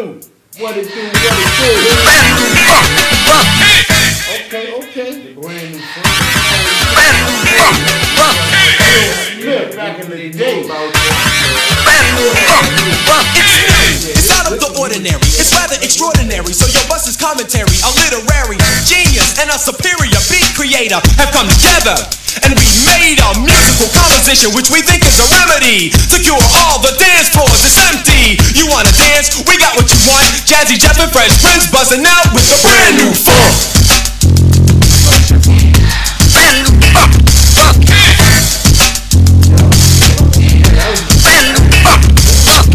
What it do, what it Brand new funk, funk, do. Okay, okay. Brand new brand new funk, funk, funk. Look, back in the day. brand new funk, funk. It's out of the ordinary, it's rather extraordinary. So your bus is commentary, a literary genius and a superior beat creator have come together. And we made a musical composition which we think is a remedy to cure all the dance floors. It's empty. You wanna dance? We got what you want. Jazzy Jeff and Fresh Prince buzzing out with the brand new funk. brand new funk, funk. Brand new funk, funk. Brand new funk, funk.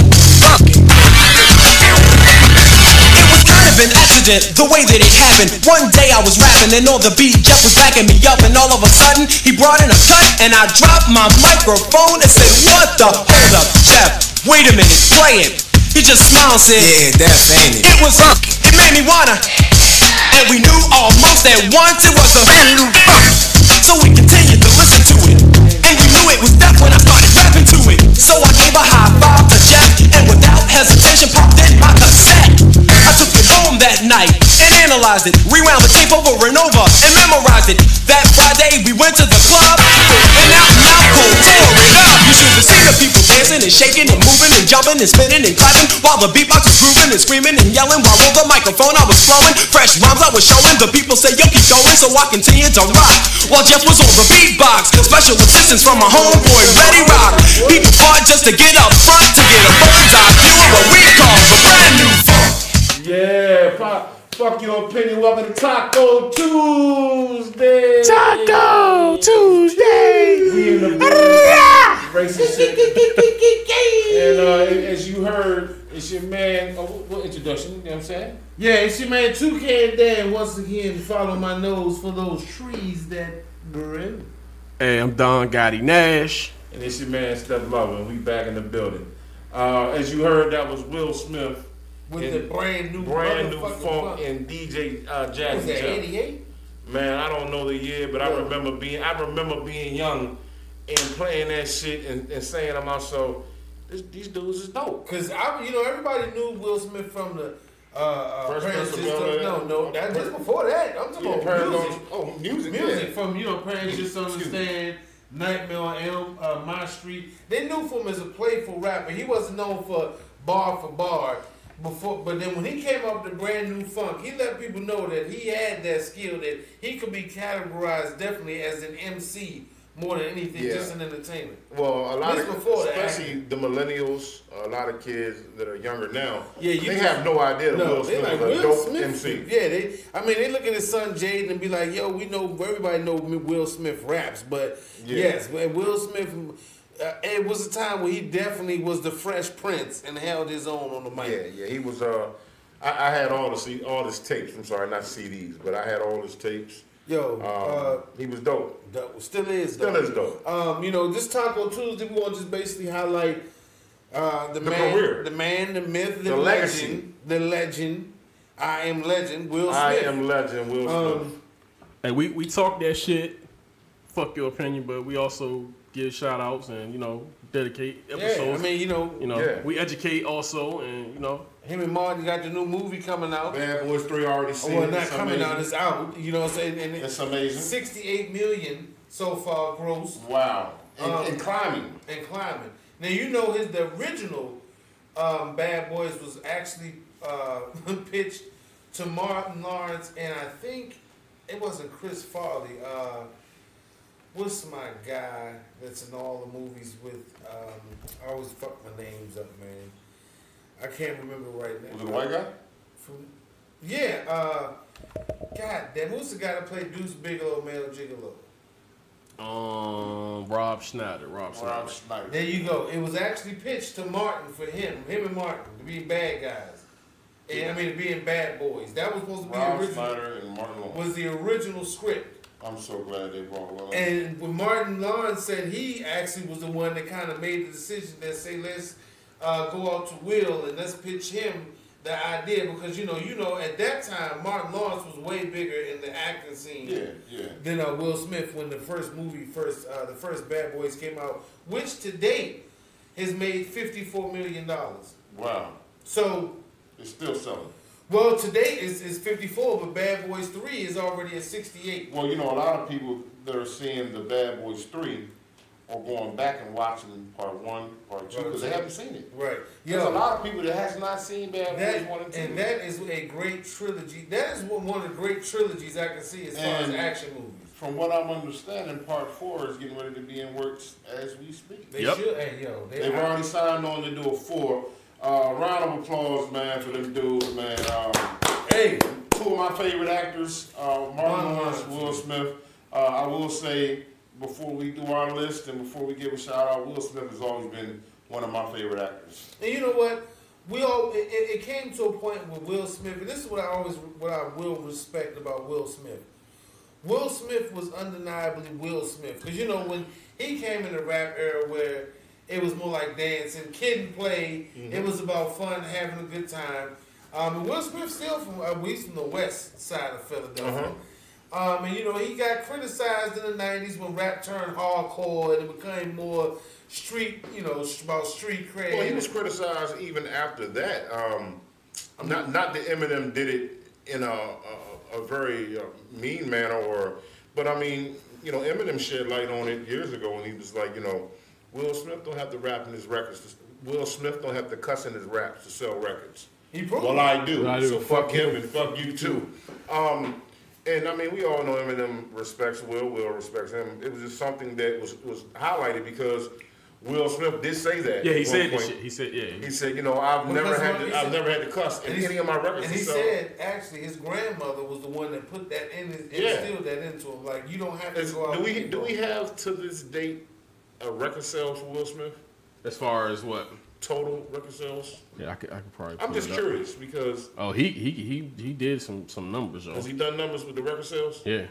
Funk. It was kind of an accident, the way that it happened. One day I was rapping and all the beat Jeff was backing me up, and all of a sudden he brought in a cut and I dropped my microphone and said, "What the? Hold up, Jeff! Wait a minute, play it." He just smiled and said, Yeah, that's ain't it. "It was uh, funk. It made me wanna." And we knew almost at once it was a Brand new funk. so we continued to listen to it. And we knew it was death when I started rapping to it. So I gave a high five to Jeff, and without hesitation popped in my cassette. I took it home that night and analyzed it, rewound the tape over and over and memorized it. That Friday we went to the club, and out now cold tore it up. You should have seen the people dancing and shaking and moving and jumping and spinning and clapping while the beatbox was grooving and screaming and yelling while over the microphone I was flowing. Fresh rhymes I was showing. The people say yo keep going, so I continued to rock while Jeff was on the beatbox. Special assistance from my homeboy Ready Rock. He fought just to get up front to get a bird's eye view of what we call the brand new funk. Yeah, fuck, fuck your opinion. Welcome to Taco Tuesday. Taco Tuesday. We in the mood. Racist shit. and uh, as you heard, it's your man. Oh, what- what introduction? You know what I'm saying? Yeah, it's your man 2K and Dan once again. Follow my nose for those trees that grew. Hey, I'm Don Gotti Nash. And it's your man Steph Lover, and we back in the building. Uh, as you heard, that was Will Smith With in the brand new brand new motherfucking funk, funk. and DJ uh, Was Jazzy. that Jeff. 88? Man, I don't know the year, but I remember being I remember being young and playing that shit and, and saying to myself, this, these dudes is dope. Because I, you know, everybody knew Will Smith from the uh, uh, First Parents Prince of Just Don't Bel-Air. No, no, that just before that. I'm talking about music. Oh, music. Music yeah. from you know, Parents Just Don't Excuse me. Understand, Nightmare on Elm, uh, My Street. They knew him as a playful rapper. He wasn't known for bar for bar. Before, but then when he came up with the brand new funk, he let people know that he had that skill that he could be categorized definitely as an MC more than anything, Yeah. just an entertainment. Well, a lot This of before that. especially the millennials, a lot of kids that are younger now, Yeah, you they just- have no idea that No, Will they Smith like is Will a dope Smith. MC. Yeah, they. I mean, they look at his son Jaden and be like, "Yo, we know everybody know M- Will Smith raps, but Yeah. yes, when Will Smith." Uh, it was a time where he definitely was the Fresh Prince and held his own on the mic. Yeah, yeah, he was. Uh, I, I had all the C- all his tapes. I'm sorry, not CDs, but I had all his tapes. Yo, Um, uh, he was dope. dope. still is Still dope. is dope. Um, you know, this Taco Tuesday, we want to just basically highlight uh, the, The man, career. the man, the myth, the, The legend, legacy. the legend. I am legend, Will Smith. I am legend, Will Smith. Um, Hey, we, we talk that shit. Fuck your opinion, but we also give shout outs and, you know, dedicate episodes. yeah, I mean, you know, you know, Yeah. we educate also and, you know, him and Martin got the new movie coming out. Bad Boys Three already seen. Oh, Well, it. not It's coming amazing. out. It's out. You know what I'm saying? And It's amazing. 68 million so far gross Wow, and, Um, and climbing. and climbing. Now you know his the original um, Bad Boys was actually uh, pitched to Martin Lawrence and I think it wasn't Chris Farley. Uh, what's my guy that's in all the movies with? Um, I always fuck my names up, man. I can't remember right now. Was it a white guy? From, yeah, uh, God damn, who's the guy that played Deuce Bigelow, Male Gigolo? um, Rob Schneider. Rob Schneider. Rob Schneider. There you go. It was actually pitched to Martin for him, him and Martin, to be bad guys. And I mean, being bad boys. That was supposed to be Rob original. Schneider and Martin Lawrence. Was the original script. I'm so glad they brought Will. And when Martin Lawrence said he actually was the one that kind of made the decision that say let's uh, go out to Will and let's pitch him the idea because you know, you know, at that time Martin Lawrence was way bigger in the acting scene Yeah, yeah. than uh, Will Smith when the first movie first uh, the first Bad Boys came out, which to date has made fifty four million dollars. Wow. So It's still selling. well today is is fifty four, but Bad Boys Three is already at sixty eight. Well, you know, a lot of people that are seeing the Bad Boys Three are going back and watching part one, part two, because they haven't seen it. Right. There's a lot of people that has not seen Bad Boys One That, and Two. and that is a great trilogy. That is one one of the great trilogies I can see as far as And- action movies. From what I'm understanding, part four is getting ready to be in works as we speak. They Yep. should. Hey, yo, they, They've already signed on to do a four. Uh, round of applause, man, for them dudes, man. Um, hey, two of my favorite actors, uh, Martin Lawrence, Will Smith. Uh, I will say before we do our list and before we give a shout out, Will Smith has always been one of my favorite actors. and you know what? We all it, it it came to a point with Will Smith, and this is what I always what I will respect about Will Smith. Will Smith was undeniably Will Smith because you know when he came in the rap era where it was more like dancing, kid and play. It Mm-hmm. was about fun, having a good time. Um, and Will Smith still from uh, we from the west side of Uh-huh. Philadelphia. Um, and you know he got criticized in the '90s when rap turned hardcore and it became more street, you know, sh- about street cred. Well, he was criticized even after that. Um, not not that Eminem did it in a a, a very uh, mean manner, or but I mean, you know, Eminem shed light on it years ago, and he was like, you know, Will Smith don't have to rap in his records. to- Will Smith don't have to cuss in his raps to sell records. He proved Well, I do. I do. So fuck him and fuck you too. Um, and I mean, we all know Eminem respects Will. Will respects him. It was just something that was was highlighted because Will Smith did say that. Yeah, he at one said this point. shit. He said, yeah. He said, you know, I've Well, never that's had what he to, I've said. never had to cuss in he- any of my records. And he so- said, actually, his grandmother was the one that put that in his, Yeah. instilled that into him. Like, you don't have to Is- go out. do we and- do we have to this date a record sales for Will Smith? As far as what? Total record sales? Yeah, I could, I could probably. I'm pull just it up. curious because Oh, he he he he did some some numbers, yo. has he done numbers with the record sales? Yeah.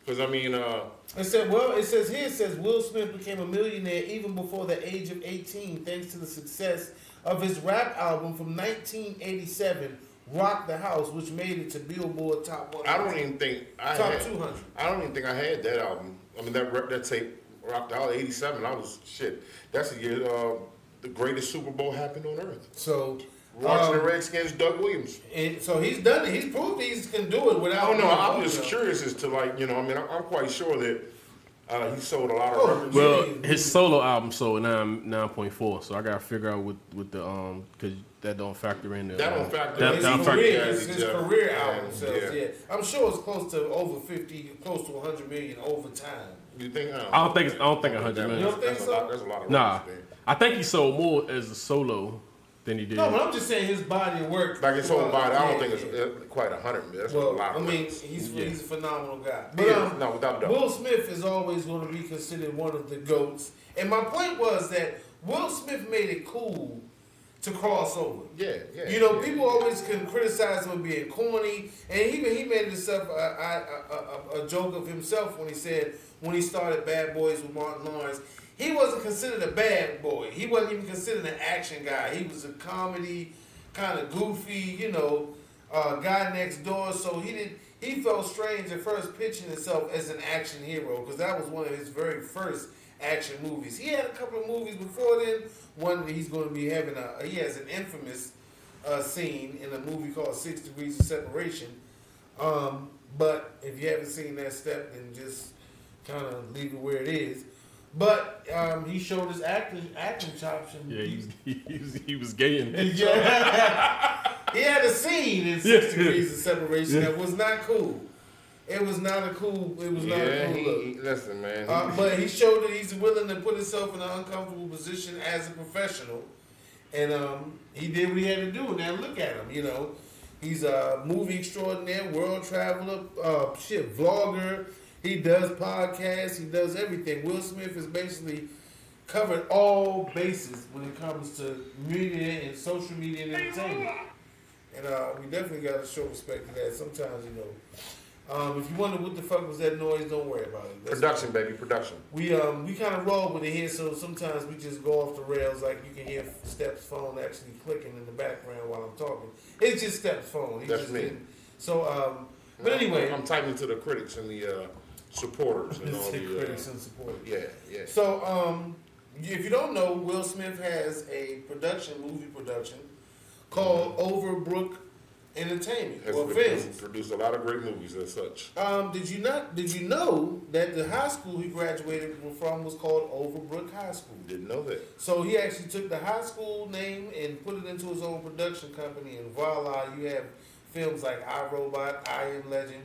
Because I mean, uh, It said, well, it says here, it says Will Smith became a millionaire even before the age of 18 thanks to the success of his rap album from 1987, Rock the House, which made it to Billboard Top 100. I don't even think I Top had- 200. I don't even think I had that album. I mean, that rep- that tape rocked out '87. I was shit. That's the year uh, the greatest Super Bowl happened on earth. So, Watching the um, Redskins, Doug Williams. it- so he's done it. He's proved he can do it without. Oh no, I'm you just know. curious as to like you know. I mean, I'm, I'm quite sure that uh, he sold a lot of Oh, records. Well, Jeez. his solo album sold nine nine point four, so I gotta figure out what with the um because that don't factor in the That um, don't factor that, in. His That don't It's factor. career, yeah, his, his yeah. career album Yeah. sales, yeah. I'm sure it's close to over 50, close to 100 million over time. you think? I don't, I don't think it's- I don't think that- 100 that- million. You don't think that's so? A lot, that's a lot of Nah, records, man. I think he sold more as a solo than he did. No, but I'm just saying his body of work. Like his whole Well, body, I don't yeah, think it's yeah. uh, quite a hundred million. That's a Well, lot. I Of mean, records. he's Yeah. he's a phenomenal guy. But, Yeah, um, no, without a doubt. Will Smith is always going to be considered one of the goats. And my point was that Will Smith made it cool to cross over. yeah, yeah. You know, yeah. people always can criticize him for being corny, and he he made himself a, a, a, a- a joke of himself when he said when he started Bad Boys with Martin Lawrence, he wasn't considered a bad boy. He wasn't even considered an action guy. He was a comedy, kind of goofy, you know, uh, guy next door. So he did. He felt strange at first pitching himself as an action hero because that was one of his very first action movies. He had a couple of movies before then. One that he's going to be having a he has an infamous uh, scene in a movie called Six Degrees of Separation. Um, but if you haven't seen that step, then just kind of leave it where it is. But um, he showed his acting acting chops and Yeah, he was, he was, he was gay and he had a scene in Six Yeah. Degrees of Separation that was not cool. It was not a cool. It was not Yeah, a cool look. he, he, listen, man. he- Uh, but he showed that he's willing to put himself in an uncomfortable position as a professional, and um, he did what he had to do. And now look at him, you know, he's a movie extraordinaire, world traveler, uh, shit vlogger. He does podcasts. He does everything. Will Smith is basically covered all bases when it comes to media and social media and entertainment. And uh, we definitely got to show respect to that. Sometimes, you know, Um, if you wonder what the fuck was that noise, don't worry about it. That's- Production, baby, production. we um we kind of roll with it here, so sometimes we just go off the rails. Like you can hear Steps' phone actually clicking in the background while I'm talking. It's just Steps' phone. He That's just me. didn't- So um, but anyway, I'm typing to the critics and the uh, supporters and all it's the the. Uh, critics and supporters. yeah, yeah. So um, if you don't know, Will Smith has a production, movie production, called Overbrook Entertainment Mm-hmm. Has or produced, Films. produced a lot of great movies as such. Um, did you not? Did you know that the high school he graduated from was called Overbrook High School? Didn't know that. So he actually took the high school name and put it into his own production company, and voila, you have films like I Robot, I Am Legend.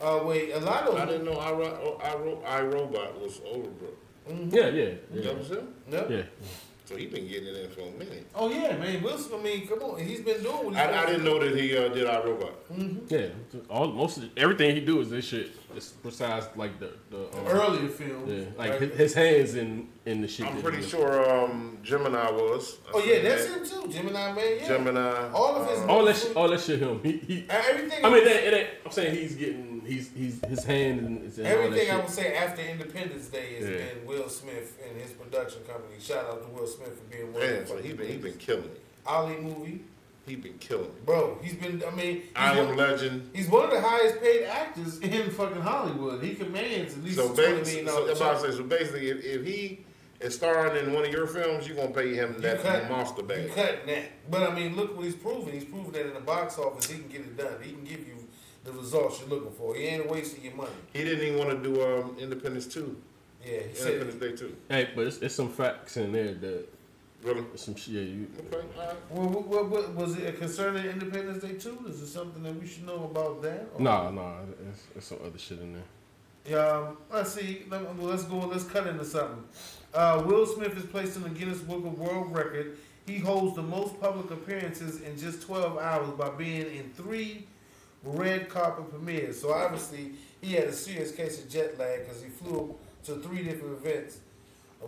Uh, wait, a lot I of them. didn't know I, Ro- I, Ro- I Robot was Overbrook. Yeah, yeah, yeah. That was him. Yep. yeah. So he been getting it in for a minute. Oh yeah, man, Wilson. I mean, come on, he's been doing. What he's I, I didn't know that he uh, did I Robot. Yeah, all most of the, everything he do is this shit. It's besides like the the, um, earlier films. yeah, like his, his hands in in the shit. I'm that pretty he- sure um, Gemini was. I Oh yeah, seen that's that. him too, Gemini man. Yeah. Gemini. All of his- um, All that shit, all that shit him. He, he Everything. I mean, it ain't, it ain't, I'm saying he's getting he's he's his hand in, is in all that Everything I would shit. say after Independence Day has Yeah. been Will Smith and his production company. Shout out to Will Smith for being one of Man, the so he been, he been killing it. Ollie movie, He been killing it. bro. He's been. I mean, he's I one- Am Legend. He's one of the highest paid actors in fucking Hollywood. He commands at least So, twenty ba- million so, dollars. that's what I say. so basically, if, if he is starring in one of your films, you're going to pay him that monster You bag. cutting that. But I mean, look what he's proving. He's proving that in the box office, he can get it done. He can give you the results you're looking for. He ain't wasting your money. He didn't even want to do um, Independence 2. Yeah, he said. Independence Day 2. Hey, but it's, it's some facts in there that Really? it's some shit. Yeah, you, Okay, all right. Well, what, what, what, was it a concern in Independence Day too? Is it something that we should know about that? Or- nah, nah, it's, it's some other shit in there. Um, let's see. Let, well, let's go. Let's cut into something. Uh, Will Smith is placed in the Guinness Book of World Record. He holds the most public appearances in just 12 hours by being in three red carpet premieres. So obviously, he had a serious case of jet lag because he flew to three different events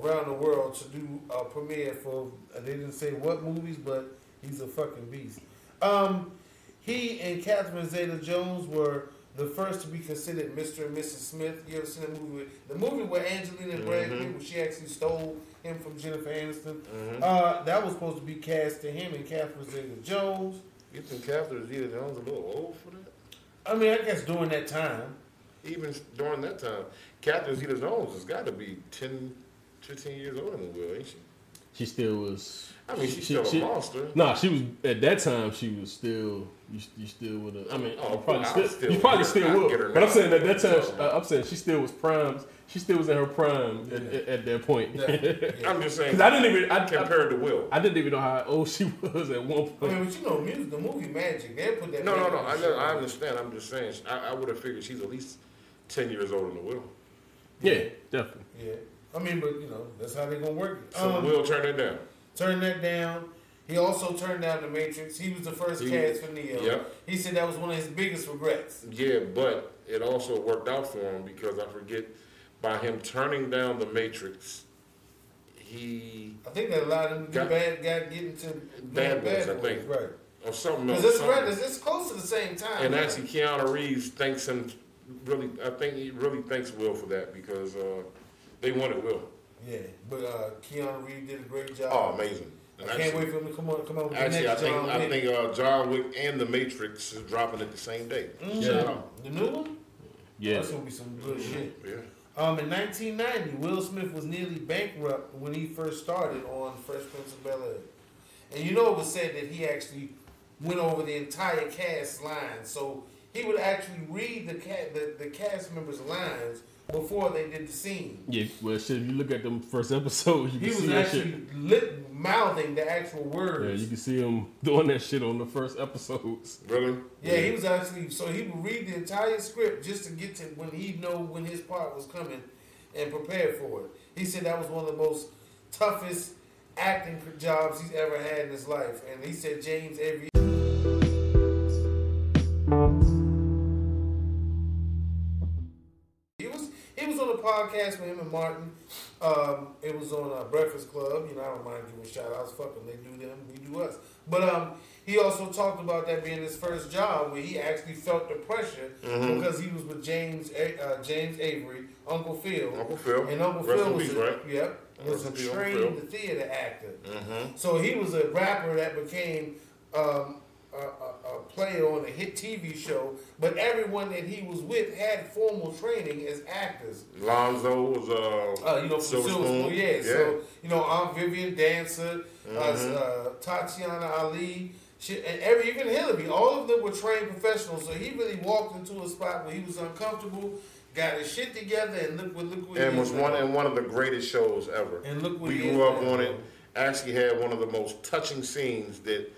around the world to do a premiere for. uh, They didn't say what movies, but he's a fucking beast. Um, he and Catherine Zeta-Jones were the first to be considered Mr. and Mrs. Smith. You ever seen the movie? With, the movie where Mm-hmm. Angelina and Brad Pitt, where she actually stole him from Jennifer Aniston. Mm-hmm. Uh, that was supposed to be cast to him and Catherine Zeta-Jones. You think Catherine Zeta Jones a little old for that? I mean, I guess during that time. Even during that time, Catherine Zeta Jones has got to be 10, 15 years older than Will, ain't she? She still was. I mean, she's still a monster. Nah, she was at that time. She was still. You, you still would have. I mean, Oh, you probably I still, was still You probably with her. still I'd would. get her But I'm now. saying at that time, So- uh, I'm saying she still was prime. She still was in her prime at, at, at that point. Because I'm just saying. I didn't even. I, I, compared to Will. I didn't even know how old she was at I one mean, point. but you know, music, the movie Magic, they put that. No, no, back no. on I, the know- I show. understand. I'm just saying. I, I would have figured she's at least ten years older than Will. Mm-hmm. Yeah, definitely. Yeah, I mean, but you know, that's how they gonna work it. So Um, Will turned it down. Turned that down. He also turned down The Matrix. He was the first He- cast for Neo. Yep. He said that was one of his biggest regrets. Yeah, but it also worked out for him because I forget by him turning down the Matrix, he I think that allowed him to Got- get bad, got get into Bad Boys, I think. right? or something else. Because it's something. right, it's, it's close to the same time. And right? actually, Keanu Reeves thanks him. Really, I think he really thanks Will for that because uh, they wanted Will. yeah, but uh, Keanu Reeves did a great Oh, job. amazing! I can't wait for him to come on, come on with Actually, the I next think John I Wick. think uh, John Wick and The Matrix is dropping it the same day. Mm-hmm. Shout out. the new one. Yeah. That's gonna be some good shit. Yeah. Um, in 1990, Will Smith was nearly bankrupt when he first started on Fresh Prince of Bel Air, and you know it was said that he actually went over the entire cast line, so he would actually read the cat the, the cast members' lines before they did the scene. Yeah. Well, shit. If you look at them first episode, you He can was see that actually shit. lit, mouthing the actual Yeah, words. you can see him doing that shit on the first episodes. Really? Yeah, he was actually so he would read the entire script just to get to when he know when his part was coming and prepare for it. He said that was one of the most toughest acting jobs he's ever had in his life, and he said James every. He was he was on a podcast with him and Martin. Um, it was on uh, Breakfast Club. You know, I don't mind giving shout outs. Fuck them. They do them. We do us. But um, he also talked about that being his first job where he actually felt the pressure Mm-hmm. because he was with James A- uh, James Avery, Uncle Phil. Uncle Phil. And Uncle Rest Phil in was peace, a, right? yep, Rest was a in peace, Uncle trained Phil. theater actor. So he was a rapper that became um, a, a, a player on a hit TV show, but everyone that he was with had formal training as actors. Lonzo was uh, Uh, you know, Silver Silver Spoon. Spoon, yeah. So you know, Aunt Vivian Dancer, uh, uh, Tatiana Ali, she, and every even Hillary. All of them were trained professionals. So he really walked into a spot where he was uncomfortable, got his shit together, and look what look what and he was is now. one and one of the greatest shows ever. And look what we he is grew up now. on it. Actually, had one of the most touching scenes that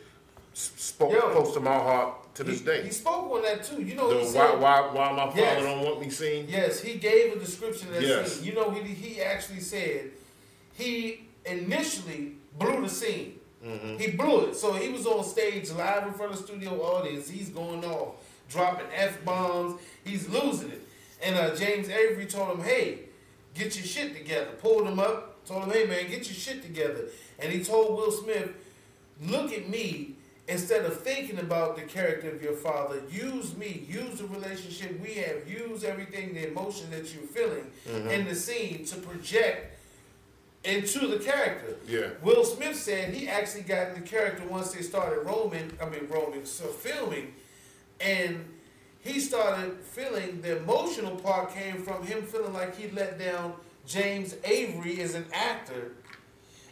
s- spoke Yo. close to my heart to He, this day. he spoke on that too. You know, he The why, said- why, why my father Yes. don't want me seen. Yes, he gave a description of that Yes. scene. You know, he, he actually said he initially blew the scene. He blew it. So he was on stage live in front of the studio audience. He's going off, dropping F bombs. He's losing it. And uh, James Avery told him, hey, get your shit together. Pulled him up, told him, hey, man, get your shit together. And he told Will Smith, look at me instead of thinking about the character of your father use me use the relationship we have use everything the emotion that you're feeling in the scene to project into the character Yeah. will smith said he actually got in the character once they started roaming i mean roaming so filming and he started feeling the emotional part came from him feeling like he let down james avery as an actor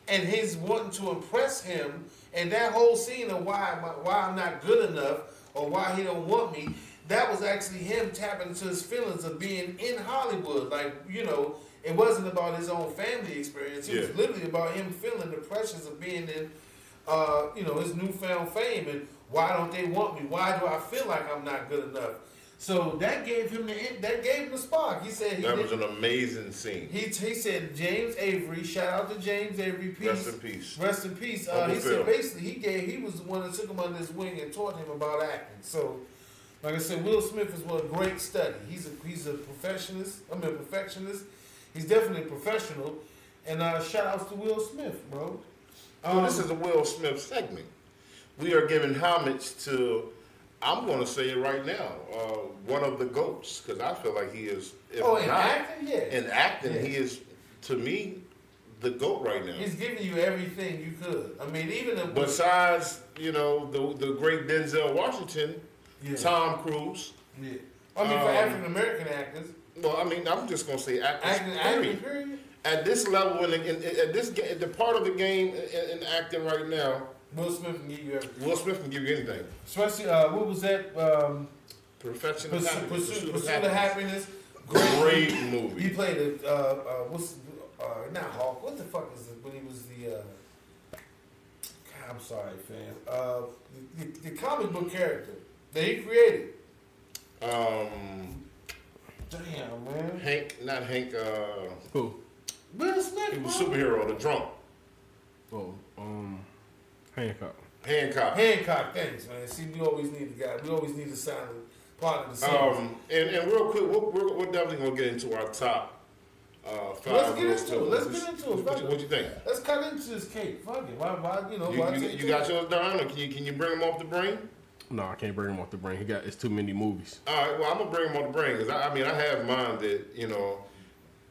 and his wanting to impress him, and that whole scene of why my- why I'm not good enough or why he don't want me, that was actually him tapping into his feelings of being in Hollywood. Like you know, it wasn't about his own family experience. It Yeah. was literally about him feeling the pressures of being in, uh, you know, his newfound fame and why don't they want me? Why do I feel like I'm not good enough? So that gave him the that gave him the spark. He said he That didn't- was an amazing scene. he, he said James Avery. Shout out to James Avery. Peace. Rest in peace. Rest in peace. Uh, he Uncle Phil. said basically he gave he was the one that took him under his wing and taught him about acting. So, like I said, Will Smith is one great study. He's a he's a perfectionist. I mean perfectionist. He's definitely a professional. And uh, shout outs to Will Smith, bro. So Oh, this is a Will Smith segment. We are giving homage to, I'm going to say it right now, uh, one of the goats because I feel like he is. If Oh, in acting, yeah. In acting, Yeah. he is to me the goat right now. He's giving you everything you could. I mean, even the Besides, you know, the the great Denzel Washington, Yeah. Tom Cruise. yeah. I mean, for Um, African American actors, Well, I mean, I'm just going to say actors. acting, period. acting period. At this level, in, the- in, at this ga- at the part of the game in, in acting right now, Will Smith can give you everything. Will Smith can give you anything. Especially, uh, what was that? Um, Perfection. of Pursuit, Happiness, pursuit, Pursuit of pursuit of happiness. Great movie. He played a uh, uh, what's uh, not Hawk. What the fuck is it? When he was the uh, God, I'm sorry, fam. Uh, the, the, the comic book character that he created. Um, Damn man, Hank, not Hank. Uh, Oh, Who? Will Smith. he was bro. superhero, the drunk Oh, um, Hancock. Hancock. Hancock. Thanks, man. See, we always need the guy. We always need the silent part of the scene. Um, and, and real quick, we're, we're, we're definitely gonna get into our top uh, five. Let's get real into quick. it. Let's What get you- into it. What, you- what you think? Let's cut into this cake. Fuck it. Why? Why? You know? why You, you, take you too got much? yours done, or can you can you bring them off the brain? No, I can't bring him off the brain. He got it's too many movies. All right, well, I'm gonna bring them off the brain because I, I mean I have mine that you know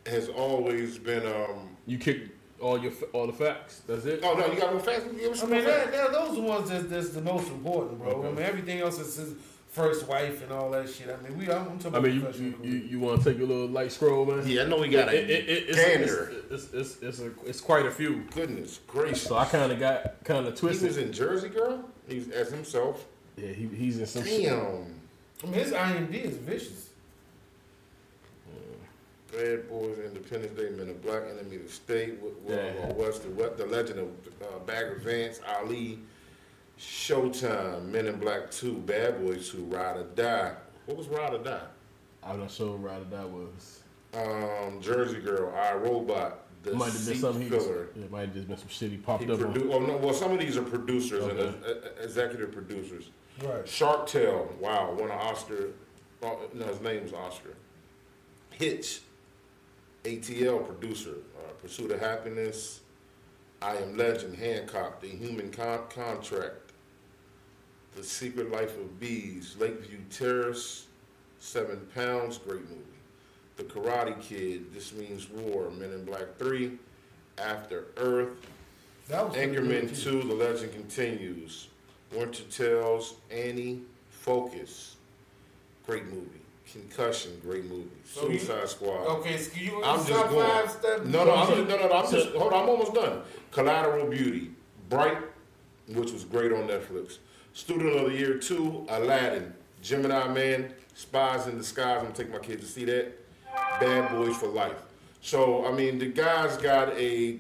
has always been. Um, You kicked all your all the facts. That's it. oh no, you got one fast. Give us I some mean, facts. that, that, those are the ones that, that's the most important, bro. I mean, everything else is his first wife and all that shit. I mean, we, I'm, I'm talking I mean, about you professional you, you, you want to take your little light scroll, man? Yeah, I know we got it. It, it, it, it's, it's, Gander. it's, it's, it's, a, it's quite a few. Goodness gracious! So I kind of got kind of He was twisted. in Jersey Girl. He's as himself. Yeah, he, he's in some shit. Damn. I mean, his IMD is vicious. Bad Boys, Independence Day, Men of Black, Enemy of the State, Wi- Wild Yeah. Wild West, the, West, the Legend of uh, Bagger Vance, Ali, Showtime, Men in Black 2, Bad Boys 2, Ride or Die. What was Ride or Die? I'm not sure rather that was. Um, Jersey Girl, I Robot, The Might have been Seat something he just, Filler. it might have just been some shit he popped He up on. produ- oh, no, well, some of these are producers and Okay. uh, uh, executive producers. Right. Shark Tale, wow, won an Oscar. Oh, no, his name's Oscar. Hitch, ATL producer, uh, Pursuit of Happiness, I Am Legend, Hancock, The Human Con- Contract, The Secret Life of Bees, Lakeview Terrace, Seven Pounds, great movie. The Karate Kid, This Means War, Men in Black 3, After Earth, That was Anchorman 2, The Legend Continues, Winter Tales, Annie, Focus, great movie. Concussion, great movie. So you- Oh, Suicide Squad. Okay, so you I'm stop just going. five step. No, no, I'm just, no, no, no, I'm just. Hold on, I'm almost done. Collateral Beauty, Bright, which was great on Netflix. Student of the Year Two, Aladdin, Gemini Man, Spies in Disguise. I'm gonna take my kids to see that. Bad Boys for Life. So I mean, the guy's got a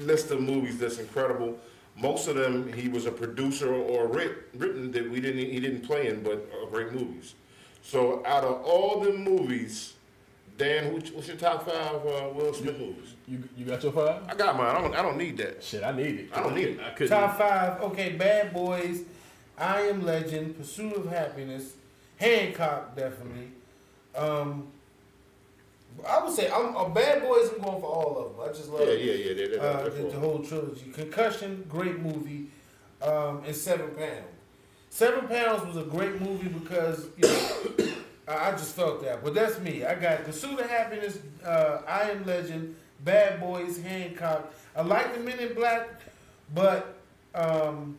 list of movies that's incredible. Most of them, he was a producer or writ, written that we didn't he didn't play in, but are great movies. So out of all the movies, Dan, who, what's your top five uh, Will Smith movies? You you got your five? I got mine. I don't. I don't need that. Shit, I need it. I don't need it. I couldn't. Top five. Okay, Bad Boys, I Am Legend, Pursuit of Happiness, Hancock definitely. Um, I would say I'm a Bad Boys. I'm going for all of them. I just love Yeah, yeah, yeah. That, that, uh, that's the, the all. whole trilogy. Concussion, great movie, um, and Seven Pound. Seven Pounds was a great movie because you know, I I just felt that. But that's me. I got Pursuit of Happiness, uh, I Am Legend, Bad Boys, Hancock. I like the Men in Black, but um,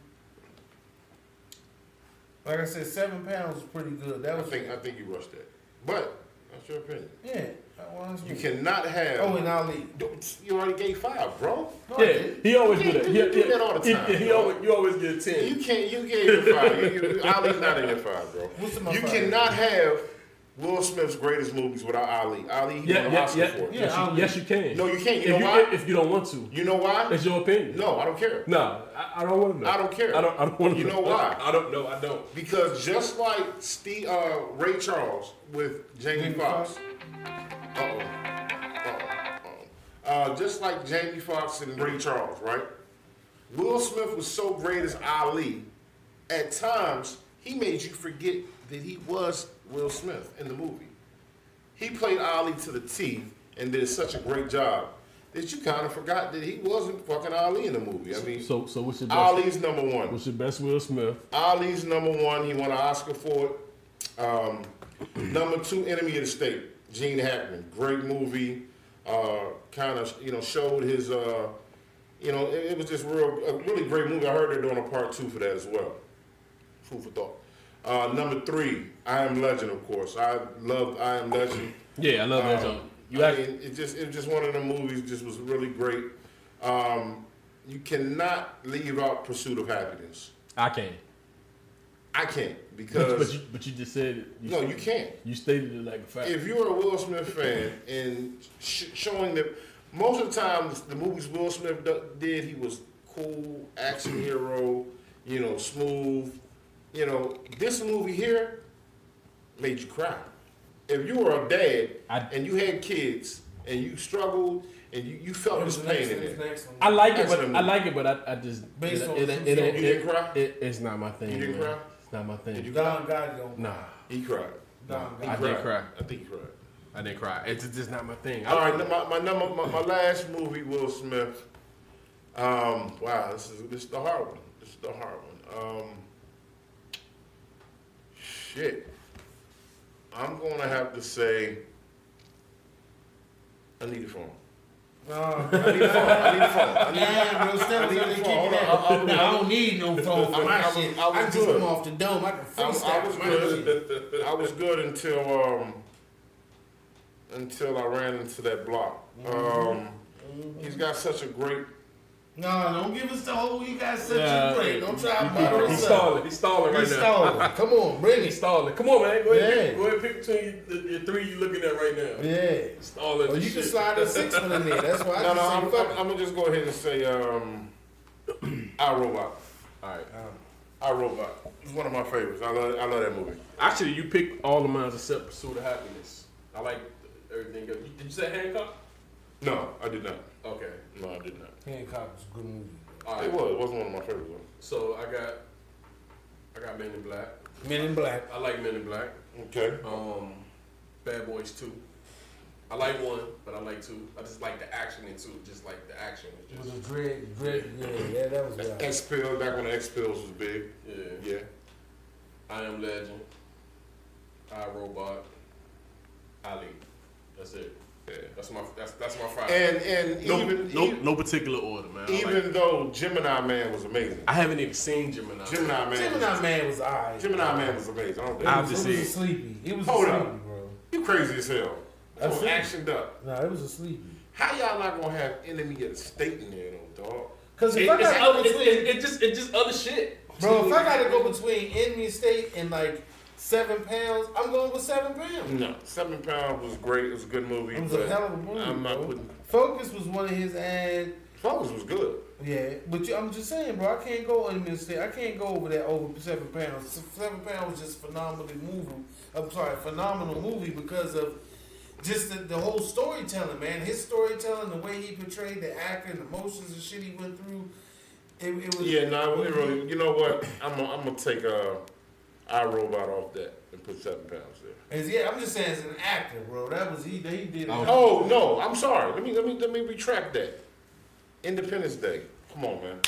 like I said, Seven Pounds was pretty good. That I was think. I think you rushed that. But that's your opinion. yeah. That was You cannot have. Oh, and Ali. you already gave five, bro. No, I Yeah, didn't. he always do You that. do- Yeah, you do yeah. that all the He- time, He, bro. always, you always get ten. You can't. You gave your five. You, you, Ali's not in your five, bro. What's in my you five? cannot have Will Smith's greatest movies without Ali. Ali, he yeah, won an yeah, Oscar yeah. for it. yes, Yeah, you, yes, you can. No, you can't. if You know you why? if you don't want to, You know why? it's your opinion. No, I don't care. No, I, I don't want to know. I don't care. I don't. I don't want to. You know why? I don't know. I don't. Because just like Steve, uh, Ray Charles with Jamie Jamie Foxx. Foxx. Uh oh. Uh oh. Uh, just like Jamie Foxx and Ray Charles, right? Will Smith was so great as Ali, at times he made you forget that he was Will Smith in the movie. He played Ali to the T and did such a great job that you kind of forgot that he wasn't fucking Ali in the movie. I mean, So, so what's your best? Ali's number one. What's your best Will Smith? Ali's number one. He won an Oscar for it. Um, number two, Enemy of the State. Gene Hackman, great movie. Uh, kind of, you know, showed his. Uh, you know, it, it was just real, a really great movie. I heard they're doing a part two for that as well. Food for thought. Uh, number three, I Am Legend, of course. I loved I Am Legend. Yeah, I love that Um, song. You I act, mean, it just it was just one of the movies. Just was really great. Um, you cannot leave out Pursuit of Happiness. I can. I can't But, because but you, but you just said it. no, you can't. You stated it like a fact. If you're a Will Smith fan and sh- showing that most of the time the movies Will Smith d- did, he was cool, action hero, you know, smooth. You know, this movie here made you cry. If you were a dad I- and you had kids and you struggled and you, you felt this What's the next pain in one? What's the there, next one? I like it, but Excellent I like it, but I, I just Based it, on it, some it, film. it, You didn't cry? it- it's not my thing. You didn't man. cry? It's not my thing. Did you Don Gotti. Nah, he cried. Don He I Gotti. did cried. cry. I think he cried. I didn't cry. It's just not my thing. All right, my, my number, my, my last movie, Will Smith. Um, wow, this is this is the hard one. This is the hard one. Um, shit, I'm gonna have to say, I need a phone. Nah, I need a phone. I need a phone. I need a phone. Damn, those I steps need are a kicking phone. ass. Hold on, I- I- Nah, I don't need no phone for I'm- my I was- shit. I was I can just good. come off the dome. I can I, was- I freestyle was my shit. good. I was good until um, until I ran into that block. Mm-hmm. Um, he's got such a great Nah, don't give us the whole week. got such Yeah. a break. Don't try to keep- butter he He's us up. stalling. He's stalling right He's now. stalling. Come on, bring He's it. stalling. Come on, man. Go ahead. Yeah. Go ahead. Pick between the, the three you looking at right now. Yeah. Stalling. Oh, Or you shit. can slide a six one in there. That's why I No, just no, say I'm, fuck I'm, I'm gonna just go ahead and say, um, I Robot. All right. I Robot. It's one of my favorites. I love, I love that movie. Actually, you picked all of mine except Pursuit of Happiness. I like everything. else. Did you say Hancock? No, I did not. Okay. No, I did not. it. Hancock was a good movie. All It right. was. It wasn't one of my favorite ones. So I got, I got Men in Black. Men in Black. I like Men in Black. Okay. Um, Bad Boys Two. I like one, but I like two. I just like the action in two. Just like the action. It's It was a just dread, dread, yeah, yeah, that was good. X Pills. Back when the X Pills was big. yeah. Mm-hmm. Yeah. I Am Legend, I Robot, Ali. That's it. Yeah. That's my that's that's my five. And and No, even no, even, no particular order, man. I even like- though Gemini Man was amazing, I haven't even seen Gemini. Gemini Man, was, Gemini Man was alright. Gemini Man was amazing. I don't think I- He was- he was a sleepy. He was Hold a up. sleepy, bro. you crazy as hell. I've So seen it. actioned up. Nah, it was a sleepy. How y'all not gonna have enemy of the state in there though, dog? Cause if It- I it's gotta other- go it- between, it- it just it's just other shit. bro, if I gotta go between enemy state and like seven pounds, I'm going with seven pounds. No, Seven Pound was great. It was a good movie. It was a but hell of a movie. I'm not bro. putting. Focus was one of his ads. Focus was good. Yeah, but you, I'm just saying, bro. I can't go enemy state. I can't go over that over seven pounds. Se- Seven pounds was just phenomenally movie. I'm sorry, phenomenal movie because of just the, the whole storytelling, man. His storytelling, the way he portrayed the actor, and the emotions and shit he went through. It, it was Yeah, no, it really. You know what? I'm gonna I'm gonna take uh, iRobot off that and put Seven Pounds there. As- yeah, I'm just saying as an actor, bro. That was he. He did. it. Oh no, I'm sorry. Let me let me let me retract that. Independence Day. Come on, man.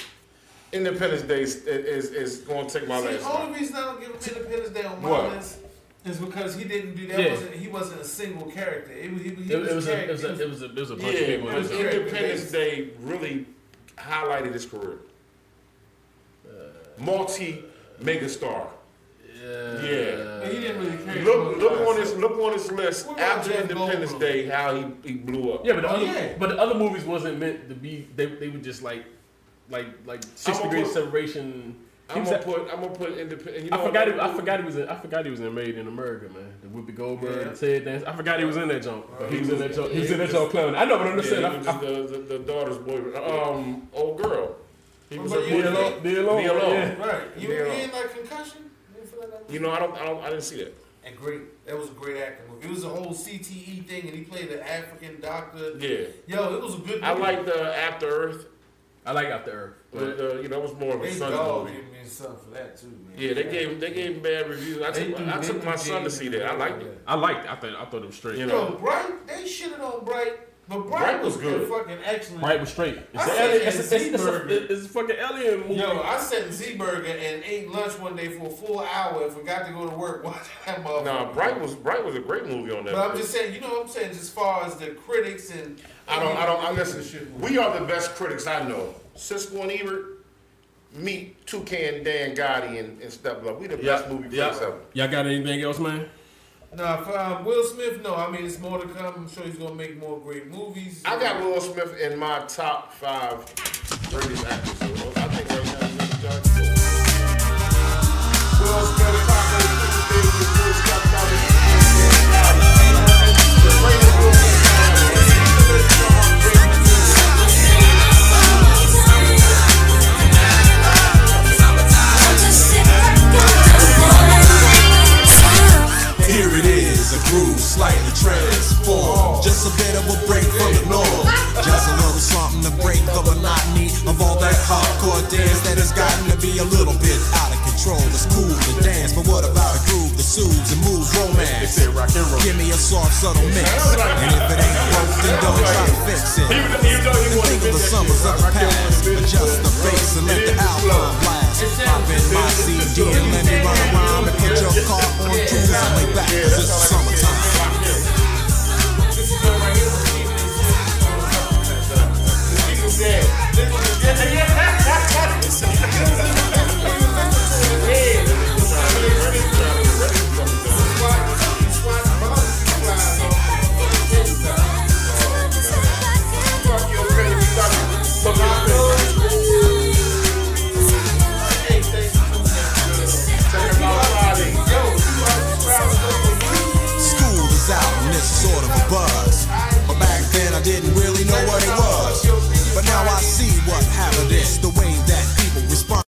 Independence Day is is, is going to take my See, last. the only one. reason I don't give him Independence Day on my What? list is because he didn't do that. Yeah. Wasn't, he wasn't a single character. It was. He, was- he It, it was a, character- it was a, he it was a, there was a Yeah, bunch of people. in because there. it Independence Day really highlighted his career. Uh, Multi megastar. Yeah. But he didn't really care. Look, look on his look on his list What about after Jeff Independence Goldblum? Day how he, he blew up. Yeah, but the Oh, other yeah. but the other movies wasn't meant to be. They they were just like like like six I'ma degrees put- separation. He I'm was gonna at- put I'm gonna put Independence. You know I forgot. He, what? I forgot he was. In, I forgot he was in Made in America, man. The Whoopi Goldberg, Yeah. and Ted Dance. I forgot he was in that junk. But he was in that junk. He was in that Yeah. junk clown. I know, but I'm just saying. Yeah, I, he was I, the, the, the daughter's boyfriend, um, old girl. He was a What about you? boy- DLO? DLO, DLO. yeah. Right. You Yeah. you ain't like concussion. You didn't feel like that? You know, I don't, I don't, I didn't see that. And great. That was a great acting movie. It was a whole CTE thing, and he played an African doctor. Yeah, Yo, it was a good. Movie. I Mm-hmm. like the After Earth. I like After Earth. But, But uh, you know, it was more of a They son's dog movie. him and stuff for that too, man. Yeah, they gave they gave him bad reviews. I They took, do- I they took do my son to gave see him that. I bad liked reviews. it. I liked. it. I thought. I thought it was straight. You know, Yo, Bright, they shitted on Bright, but Bright, Bright was, was good. fucking excellent. Right was straight. It's, I a said alien, it's, a, it's, a, Zeeberger. it's, a, it's a fucking alien movie. Yo, I sat in Z Burger and ate lunch one day for a full hour and forgot to go to work. Watch that motherfucker. Nah, Bright was Bright was a great movie on that. But I'm thing. just saying, you know what I'm saying, as far as the critics and. I don't I don't I listen. We are the best critics I know. Siskel and Ebert, meet Toucan, Dan Gotti, and, and stuff like. We the best movie critics ever. Y'all got anything else, man? Nah, for, um, Will Smith, no. I mean, it's more to come. I'm sure he's going to make more great movies. I got Will Smith in my top five greatest actors. So I think right now he's in the top four. Will Smith, top eight, fifty things to do, stop by the The greatest Will Smith actor. The best of our great actors. Here it is, a groove slightly transformed. Just a bit of a break from the norm. Just a little something to break the monotony of all that hardcore dance that has gotten to be a little bit out of control. It's cool to dance, but what about a groove that soothes and moves romance? rock and roll. Give me a soft, subtle mix. And if it ain't broke, then don't try to fix it.